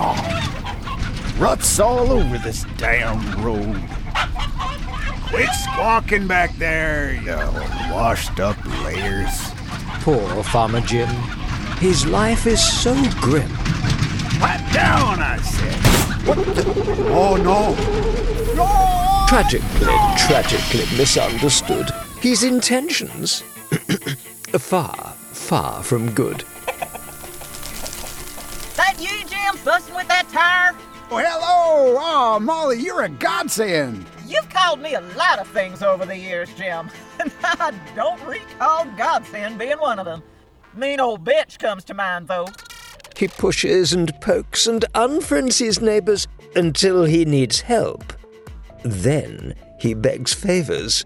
Oh, ruts all over this damn road. Quit squawking back there, you washed up layers. Poor Farmer Jim. His life is so grim. Flat down, I said. What the? Oh, no. No! Tragically, tragically misunderstood. His intentions. far, far from good. That you, Jim, fussing with that tire? Well, hello! Oh, Molly, you're a godsend. You've called me a lot of things over the years, Jim. and I don't recall godsend being one of them. Mean old bitch comes to mind, though. He pushes and pokes and unfriends his neighbours until he needs help. Then he begs favours.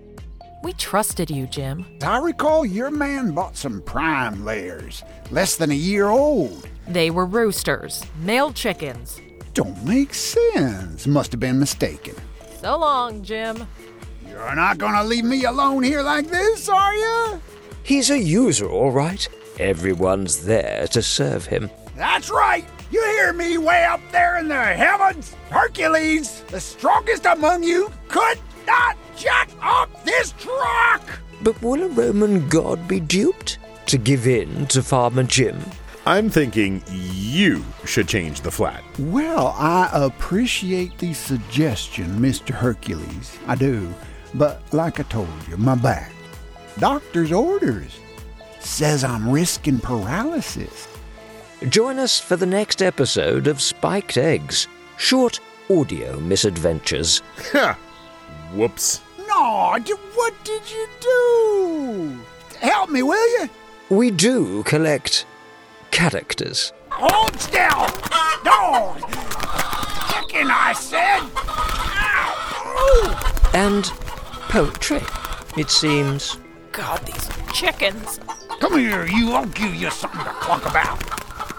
We trusted you, Jim. I recall your man bought some prime layers, less than a year old. They were roosters, male chickens. Don't make sense. Must have been mistaken. So long, Jim. You're not gonna leave me alone here like this, are you? He's a user, all right. Everyone's there to serve him. That's right. You hear me way up there in the heavens? Hercules, the strongest among you, could not jack up this truck. But will a Roman god be duped to give in to Farmer Jim? I'm thinking you should change the flat. Well, I appreciate the suggestion, Mr. Hercules. I do. But like I told you, my back. Doctor's orders says I'm risking paralysis. Join us for the next episode of Spiked Eggs Short Audio Misadventures. Ha! Whoops. No, what did you do? Help me, will you? We do collect characters. Hold still! No! Chicken, I said! Ow! And poetry, it seems. God, these chickens. Come here, you. I'll give you something to cluck about.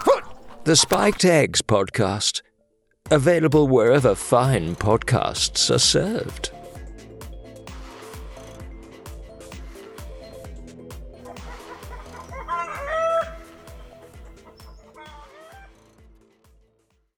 Hoot! The Spiked Eggs podcast. Available wherever fine podcasts are served.